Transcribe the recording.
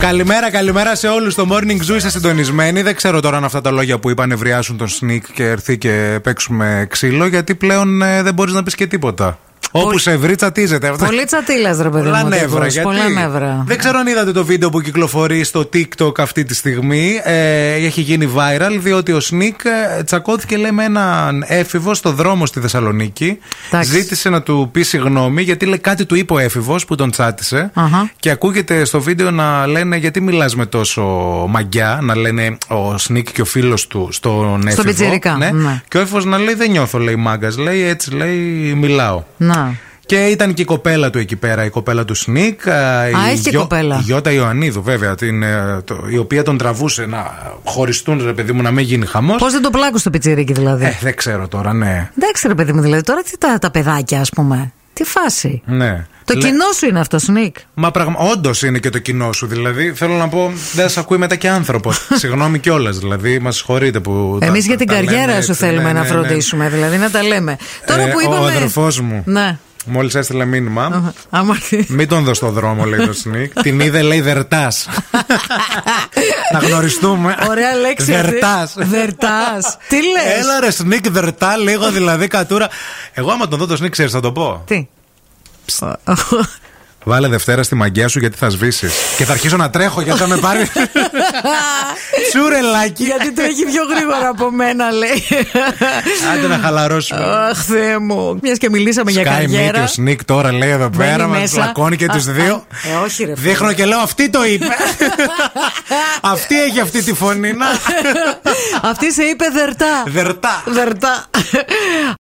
Καλημέρα, καλημέρα σε όλους. Το morning zoo είστε συντονισμένοι. Δεν ξέρω τώρα αν αυτά τα λόγια που είπα νευριάσουν τον sneak και έρθει και παίξουμε ξύλο, γιατί πλέον ε, δεν μπορείς να πεις και τίποτα. Όπου σε βρει, τσατίζεται αυτό. Πολύ τσατήλας, ρε παιδί Πολλά μου. νεύρα, τύπος, γιατί πολλά νεύρα. Δεν ξέρω αν είδατε το βίντεο που κυκλοφορεί στο TikTok αυτή τη στιγμή. Ε, έχει γίνει viral, διότι ο Σνικ ε, τσακώθηκε, λέει, με έναν έφηβο στο δρόμο στη Θεσσαλονίκη. Εντάξει. Ζήτησε να του πει συγγνώμη, γιατί λέει, κάτι του είπε ο έφηβος που τον τσάτισε. Αχα. Και ακούγεται στο βίντεο να λένε, γιατί μιλάς με τόσο μαγκιά, να λένε ο Σνικ και ο φίλος του στον έφηβο. πιτσιρικά, ναι. Και ο έφηβος να λέει, δεν νιώθω, λέει μάγκας. Λέει, έτσι, λέει, μιλάω. Να. Και ήταν και η κοπέλα του εκεί πέρα, η κοπέλα του Σνικ. Α, η έχει και κοπέλα. Η Γιώτα Ιωαννίδου, βέβαια, την, ε, το- η οποία τον τραβούσε να χωριστούν, ρε παιδί μου, να μην γίνει χαμός. Πώς δεν το πλάκωσε το πιτσιρίκι, δηλαδή. Ε, δεν ξέρω τώρα, ναι. Εντάξει, ρε παιδί μου, δηλαδή τώρα τι τα, τα παιδάκια, ας πούμε. Τι φάση. ναι. Το Λε- κοινό σου είναι αυτό, Νίκ. Μα πραγμα... όντως είναι και το κοινό σου, δηλαδή. Θέλω να πω, δεν σε ακούει μετά και άνθρωπος. Συγγνώμη κιόλας, δηλαδή. Μας συγχωρείτε που. τα- Εμείς για τα- την τα λέμε καριέρα έτσι, σου θέλουμε ναι, να ναι, ναι. φροντίσουμε, δηλαδή να τα λέμε. Τώρα Ε, που ο είπαμε. αδερφός μου. Ναι. Μόλις έστειλε μήνυμα. Άμα έρθει. Μην τον δω στο δρόμο, λέει το Σνικ. Την είδε, λέει, δερτά. να γνωριστούμε. Ωραία λέξη. αυτή. Δερτάς. Δερτάς. Τι λες. Έλα ρε Σνίκ δερτά λίγο δηλαδή κατούρα Εγώ άμα τον δω το Σνίκ ξέρεις θα το πω Τι. Βάλε Δευτέρα στη μαγκιά σου γιατί θα σβήσεις Και θα αρχίσω να τρέχω γιατί θα με πάρει Τσουρελάκι Γιατί το έχει πιο γρήγορα από μένα, λέει. Άντε να χαλαρώσουμε Αχ, Θεέ μου. Μιας και μιλήσαμε για Σκάει μη και ο καριέρα. Σνίκ τώρα λέει εδώ πέρα Μπαίνει Μα μέσα. πλακώνει και Α, τους α, δύο ε, όχι, ρε, φίλε. Δείχνω και λέω αυτή το είπε Αυτή έχει αυτή τη φωνή να Αυτή σε είπε δερτά. Δερτά Δερτά.